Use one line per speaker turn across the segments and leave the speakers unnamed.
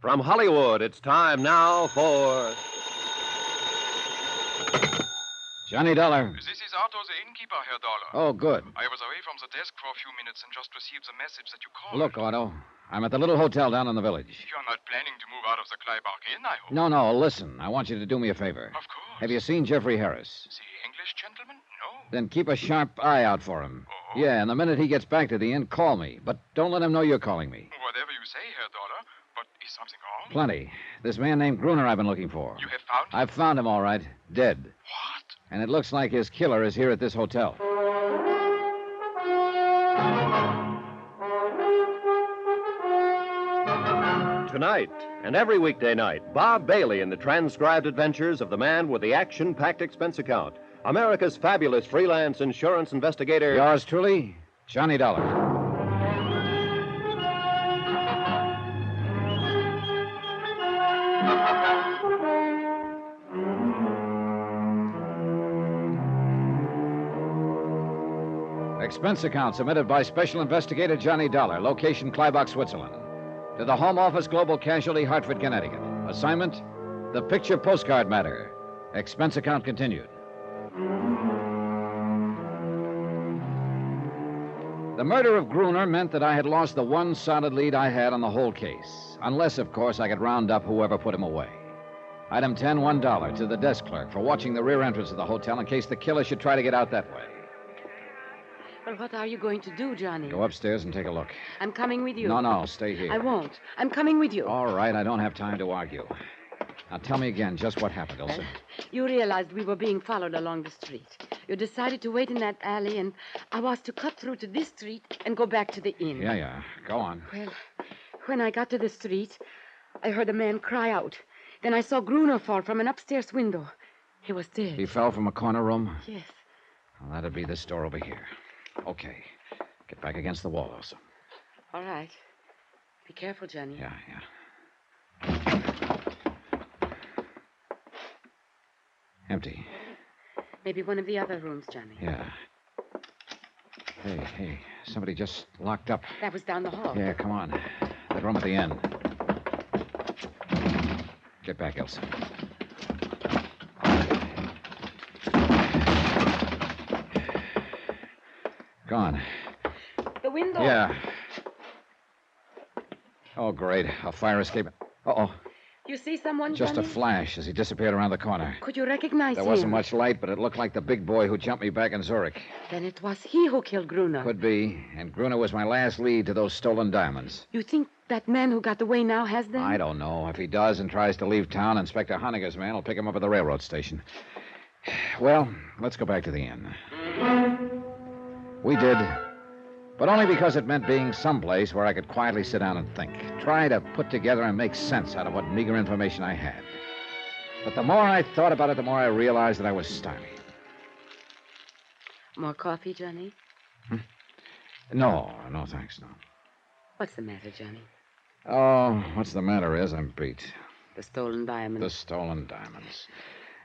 From Hollywood, it's time now for.
Johnny Dollar.
This is Otto, the innkeeper, Herr Dollar.
Oh, good.
I was away from the desk for a few minutes and just received the message that you called.
Look, oh. Otto, I'm at the little hotel down in the village.
You're not planning to move out of the Kleibach Inn, I hope.
No, no, listen. I want you to do me a favor.
Of course.
Have you seen Jeffrey Harris?
The English gentleman? No.
Then keep a sharp eye out for him.
Oh.
Yeah, and the minute he gets back to the inn, call me. But don't let him know you're calling me.
Whatever you say, Herr Dollar. But is something wrong?
Plenty. This man named Gruner I've been looking for.
You have found
I've found him, all right. Dead.
what?
And it looks like his killer is here at this hotel.
Tonight and every weekday night, Bob Bailey in the transcribed adventures of the man with the action packed expense account. America's fabulous freelance insurance investigator.
Yours truly, Johnny Dollar. Expense account submitted by Special Investigator Johnny Dollar, location Kleibach, Switzerland. To the Home Office Global Casualty, Hartford, Connecticut. Assignment The Picture Postcard Matter. Expense account continued. The murder of Gruner meant that I had lost the one solid lead I had on the whole case. Unless, of course, I could round up whoever put him away. Item 10, $1 to the desk clerk for watching the rear entrance of the hotel in case the killer should try to get out that way.
Well, what are you going to do, Johnny?
Go upstairs and take a look.
I'm coming with you.
No, no, stay here.
I won't. I'm coming with you.
All right, I don't have time to argue. Now tell me again just what happened, Elsa.
You realized we were being followed along the street. You decided to wait in that alley, and I was to cut through to this street and go back to the inn.
Yeah, yeah. Go on.
Well, when I got to the street, I heard a man cry out. Then I saw Gruner fall from an upstairs window. He was dead.
He fell from a corner room.
Yes.
Well, that'd be this door over here. Okay. Get back against the wall, Elsa.
All right. Be careful, Johnny.
Yeah, yeah. Empty.
Maybe one of the other rooms, Johnny.
Yeah. Hey, hey. Somebody just locked up.
That was down the hall.
Yeah, come on. That room at the end. Get back, Elsa. Gone.
The window.
Yeah. Oh, great. A fire escape. Uh oh.
You see someone,
Just a
Johnny?
flash as he disappeared around the corner.
Could you recognize
There
him?
wasn't much light, but it looked like the big boy who jumped me back in Zurich.
Then it was he who killed Gruner.
Could be. And Gruner was my last lead to those stolen diamonds.
You think that man who got away now has them?
I don't know. If he does and tries to leave town, Inspector Honegger's man will pick him up at the railroad station. Well, let's go back to the inn. We did, but only because it meant being someplace where I could quietly sit down and think, try to put together and make sense out of what meager information I had. But the more I thought about it, the more I realized that I was stymied.
More coffee, Johnny?
No, no, thanks, no.
What's the matter, Johnny?
Oh, what's the matter is I'm beat.
The stolen diamond.
The stolen diamonds.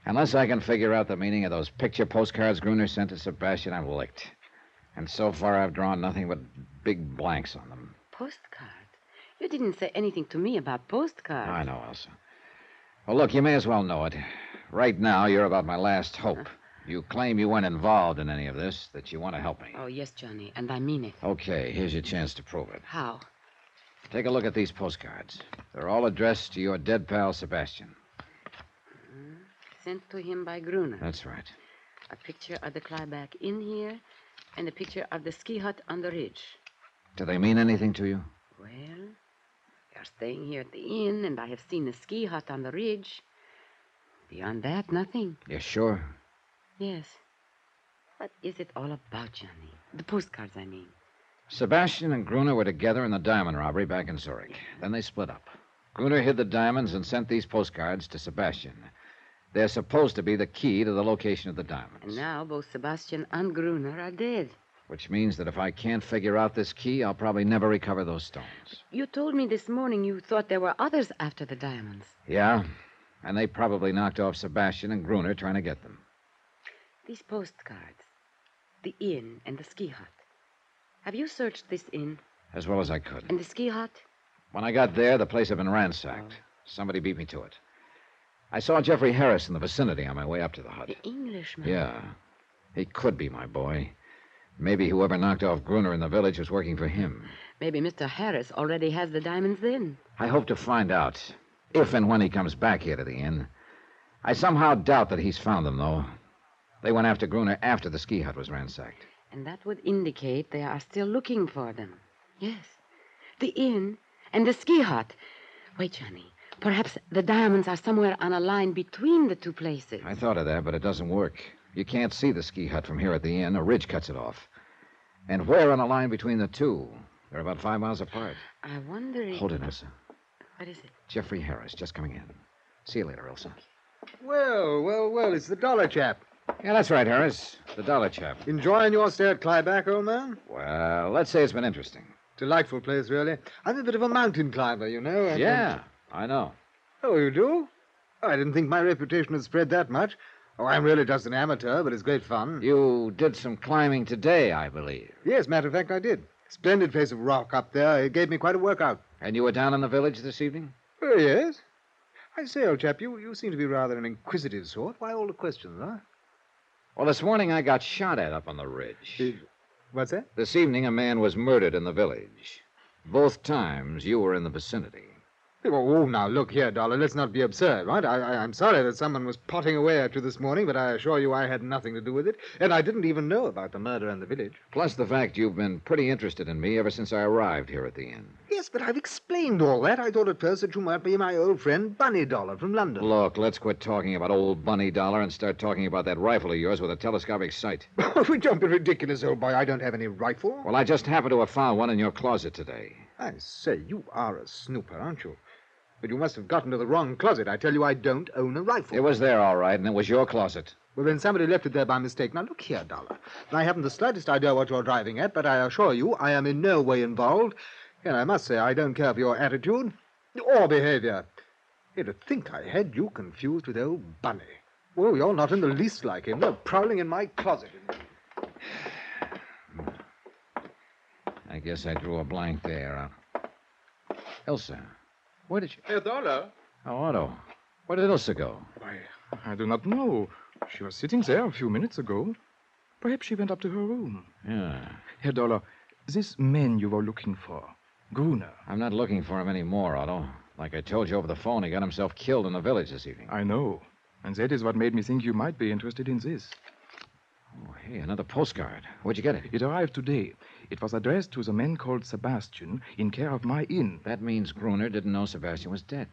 Unless I can figure out the meaning of those picture postcards Gruner sent to Sebastian, I'm licked. And so far, I've drawn nothing but big blanks on them.
Postcard? You didn't say anything to me about postcards.
I know, Elsa. Well, look, you may as well know it. Right now, you're about my last hope. You claim you weren't involved in any of this, that you want to help me.
Oh, yes, Johnny, and I mean it.
Okay, here's your chance to prove it.
How?
Take a look at these postcards. They're all addressed to your dead pal, Sebastian.
Sent to him by Gruner.
That's right.
A picture of the Kleibach in here, and a picture of the ski hut on the ridge.
Do they mean anything to you?
Well, we are staying here at the inn, and I have seen the ski hut on the ridge. Beyond that, nothing.
You're sure?
Yes. What is it all about, Johnny? The postcards, I mean.
Sebastian and Gruner were together in the diamond robbery back in Zurich. Then they split up. Gruner hid the diamonds and sent these postcards to Sebastian. They're supposed to be the key to the location of the
And
diamonds.
now both Sebastian and Gruner are dead.
Which means that if I can't figure out this key, I'll probably never recover those stones.
You told me this morning you thought there were others after the diamonds.
Yeah? And they probably knocked off Sebastian and Gruner trying to get them.
These postcards, the inn and the ski hut. Have you searched this inn
As well as I could.
and the ski hut?
When I got there, the place had been ransacked.
Oh.
Somebody beat me to it. I saw Jeffrey Harris in the vicinity on my way up to the hut.
The Englishman.
Yeah. He could be my boy. Maybe whoever knocked off Gruner in the village was working for him.
Maybe Mr. Harris already has the diamonds then.
I hope to find out if and when he comes back here to the inn. I somehow doubt that he's found them, though. They went after Gruner after the ski hut was ransacked.
And that would indicate they are still looking for them. Yes. The inn and the ski hut. Wait, Johnny. Perhaps the diamonds are somewhere on a line between the two places.
I thought of that, but it doesn't work. You can't see the ski hut from here at the inn. A ridge cuts it off. And where on a line between the two? They're about five miles apart.
I wonder. if-
Hold it, Elsa.
What is it?
Jeffrey Harris, just coming in. See you later, Elsa.
Well, well, well, it's the dollar chap.
Yeah, that's right, Harris. The dollar chap.
Enjoying your stay at Clyback, old man?
Well, let's say it's been interesting.
Delightful place, really. I'm a bit of a mountain climber, you know. and-
Yeah, I know.
Oh, you do? Oh, I didn't think my reputation had spread that much. Oh, I'm really just an amateur, but it's great fun.
You did some climbing today, I believe.
Yes, matter of fact, I did. Splendid place of rock up there. It gave me quite a workout.
And you were down in the village this evening?
Oh, yes? I say, old chap, you, you seem to be rather an inquisitive sort. Why all the questions, huh?
Well, this morning I got shot at up on the ridge.
What's that?
This evening a man was murdered in the village. Both times you were in the vicinity.
Oh, oh, now, look here, Dollar. Let's not be absurd, right? I, I, I'm sorry that someone was potting away at you this morning, but I assure you I had nothing to do with it. And I didn't even know about the murder in the village.
Plus the fact you've been pretty interested in me ever since I arrived here at the inn.
Yes, but I've explained all that. I thought at first that you might be my old friend, Bunny Dollar, from London.
Look, let's quit talking about old Bunny Dollar and start talking about that rifle of yours with a telescopic sight.
Oh, we don't be ridiculous, old boy. I don't have any rifle.
Well, I just happened to have found one in your closet today.
I say, you are a snooper, aren't you? But you must have gotten to the wrong closet. I tell you, I don't own a rifle.
It was there, all right, and it was your closet.
Well, then somebody left it there by mistake. Now, look here, Dollar. I haven't the slightest idea what you're driving at, but I assure you I am in no way involved. And I must say I don't care for your attitude or behavior. Here, to think I had you confused with old Bunny. Well, you're not in the least like him. You're prowling in my closet.
I guess I drew a blank there. Uh, Elsa, where did you.
Herr Dollar?
Oh, Otto. Where did Elsa go?
Why, I do not know. She was sitting there a few minutes ago. Perhaps she went up to her room.
Yeah.
Herr Dollar, this man you were looking for, Gruner.
I'm not looking for him anymore, Otto. Like I told you over the phone, he got himself killed in the village this evening.
I know. And that is what made me think you might be interested in this.
Oh, hey, another postcard. Where'd you get it?
It arrived today. It was addressed to the man called Sebastian in care of my inn.
That means Gruner didn't know Sebastian was dead.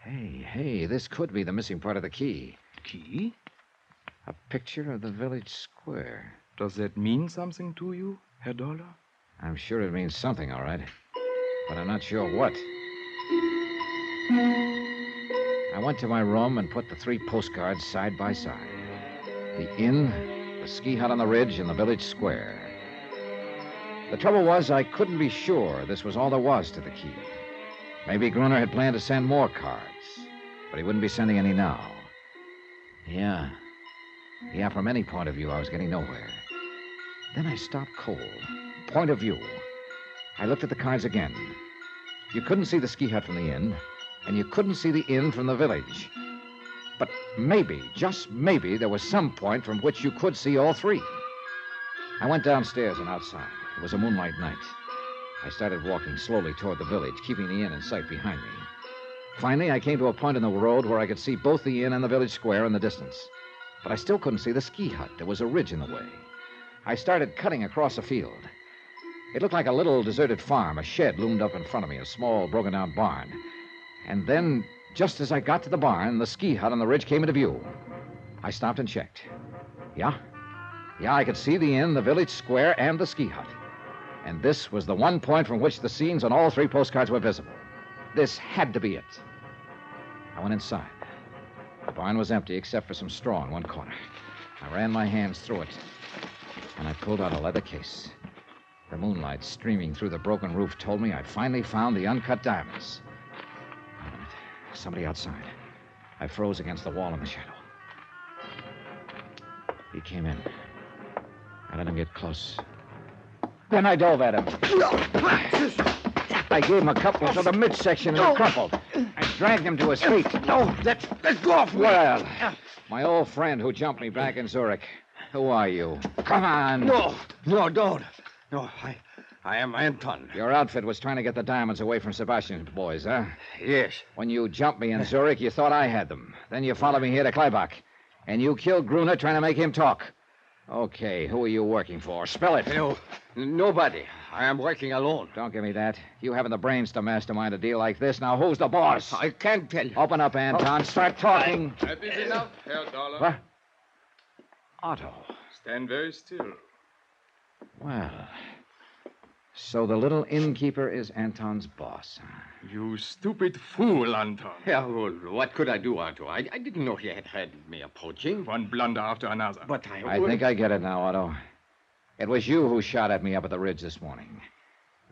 Hey, hey, this could be the missing part of the key.
Key?
A picture of the village square.
Does that mean something to you, Herr Dollar?
I'm sure it means something, all right. But I'm not sure what. I went to my room and put the three postcards side by side the inn, the ski hut on the ridge, and the village square. The trouble was, I couldn't be sure this was all there was to the key. Maybe Gruner had planned to send more cards, but he wouldn't be sending any now. Yeah. Yeah, from any point of view, I was getting nowhere. Then I stopped cold point of view. I looked at the cards again. You couldn't see the ski hut from the inn, and you couldn't see the inn from the village. But maybe, just maybe, there was some point from which you could see all three. I went downstairs and outside. It was a moonlight night. I started walking slowly toward the village, keeping the inn in sight behind me. Finally, I came to a point in the road where I could see both the inn and the village square in the distance. But I still couldn't see the ski hut. There was a ridge in the way. I started cutting across a field. It looked like a little deserted farm. A shed loomed up in front of me, a small, broken down barn. And then, just as I got to the barn, the ski hut on the ridge came into view. I stopped and checked. Yeah? Yeah, I could see the inn, the village square, and the ski hut. And this was the one point from which the scenes on all three postcards were visible. This had to be it. I went inside. The barn was empty except for some straw in one corner. I ran my hands through it, and I pulled out a leather case. The moonlight streaming through the broken roof told me I'd finally found the uncut diamonds. Wait a minute. Somebody outside. I froze against the wall in the shadow. He came in. I let him get close. Then I dove at him. I gave him a couple to the midsection and he crumpled. I dragged him to his feet. No, let, let go of me. Well, my old friend who jumped me back in Zurich. Who are you? Come on.
No, no, don't. No, I, I am Anton.
Your outfit was trying to get the diamonds away from Sebastian's boys, huh?
Yes,
When you jumped me in Zurich, you thought I had them. Then you followed me here to Kleibach. And you killed Gruner trying to make him talk. Okay, who are you working for? Spell it.
no, nobody. I am working alone.
Don't give me that. You haven't the brains to mastermind a deal like this. Now, who's the boss?
I Oh. can't tell you.
Open up, Anton. Start talking.
That is enough, Herr Dollar.
What? Otto.
Stand very still.
Well. So the little innkeeper is Anton's boss.
You stupid fool, Anton.
Yeah, well, what could I do, Otto? I, I didn't know he had had me approaching.
One blunder after another.
But I,
I
would-
think I get it now, Otto. It was you who shot at me up at the ridge this morning.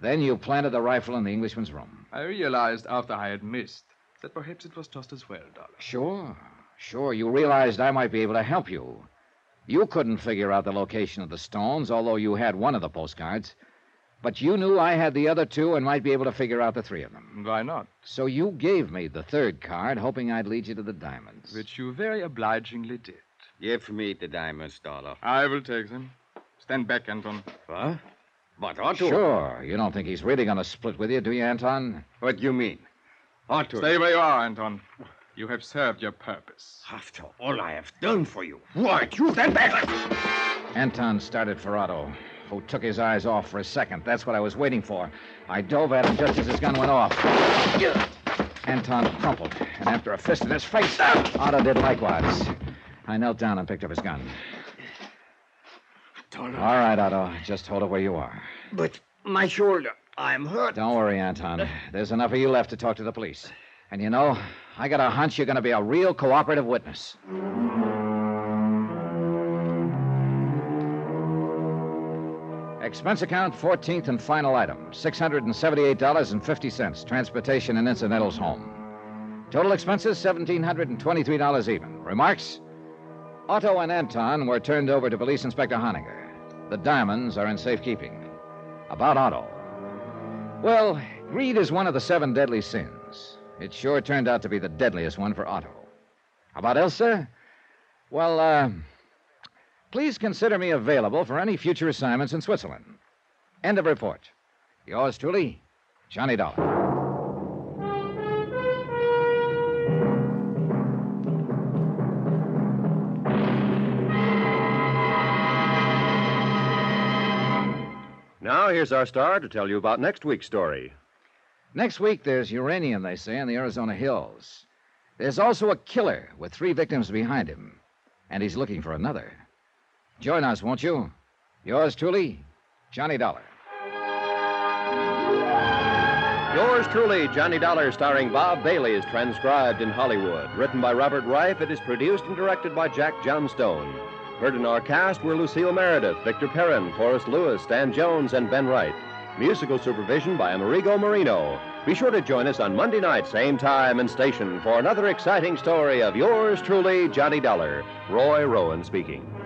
Then you planted the rifle in the Englishman's room.
I realized after I had missed that perhaps it was just as well, Dollar.
Sure. Sure. You realized I might be able to help you. You couldn't figure out the location of the stones, although you had one of the postcards. But you knew I had the other two and might be able to figure out the three of them.
Why not?
So you gave me the third card, hoping I'd lead you to the diamonds.
Which you very obligingly did.
Give me the diamonds, Dollar.
I will take them. Stand back, Anton.
Huh? But Otto.
Sure. You don't think he's really going to split with you, do you, Anton?
What do you mean? Otto.
Stay where you are, Anton. You have served your purpose.
After all I have done for you. What? You stand back.
Anton started for Otto, who took his eyes off for a second. That's what I was waiting for. I dove at him just as his gun went off. Anton crumpled, and after a fist in his face, Otto did likewise. I knelt down and picked up his gun.
Dollar.
All right, Otto, just hold it where you are.
But my shoulder. I'm hurt.
Don't worry, Anton. There's enough of you left to talk to the police. And you know, I got a hunch you're going to be a real cooperative witness. Expense account 14th and final item $678.50. Transportation and incidentals home. Total expenses $1,723 even. Remarks? Otto and Anton were turned over to Police Inspector Honiger. The diamonds are in safekeeping. About Otto. Well, greed is one of the seven deadly sins. It sure turned out to be the deadliest one for Otto. About Elsa? Well, uh, please consider me available for any future assignments in Switzerland. End of report. Yours truly, Johnny Dollar.
Now, here's our star to tell you about next week's story.
Next week, there's uranium, they say, in the Arizona hills. There's also a killer with three victims behind him, and he's looking for another. Join us, won't you? Yours truly, Johnny Dollar.
Yours truly, Johnny Dollar, starring Bob Bailey, is transcribed in Hollywood. Written by Robert Reif, it is produced and directed by Jack Johnstone. Heard in our cast were Lucille Meredith, Victor Perrin, Forrest Lewis, Stan Jones, and Ben Wright. Musical supervision by Amerigo Marino. Be sure to join us on Monday night, same time and station, for another exciting story of yours truly, Johnny Dollar. Roy Rowan speaking.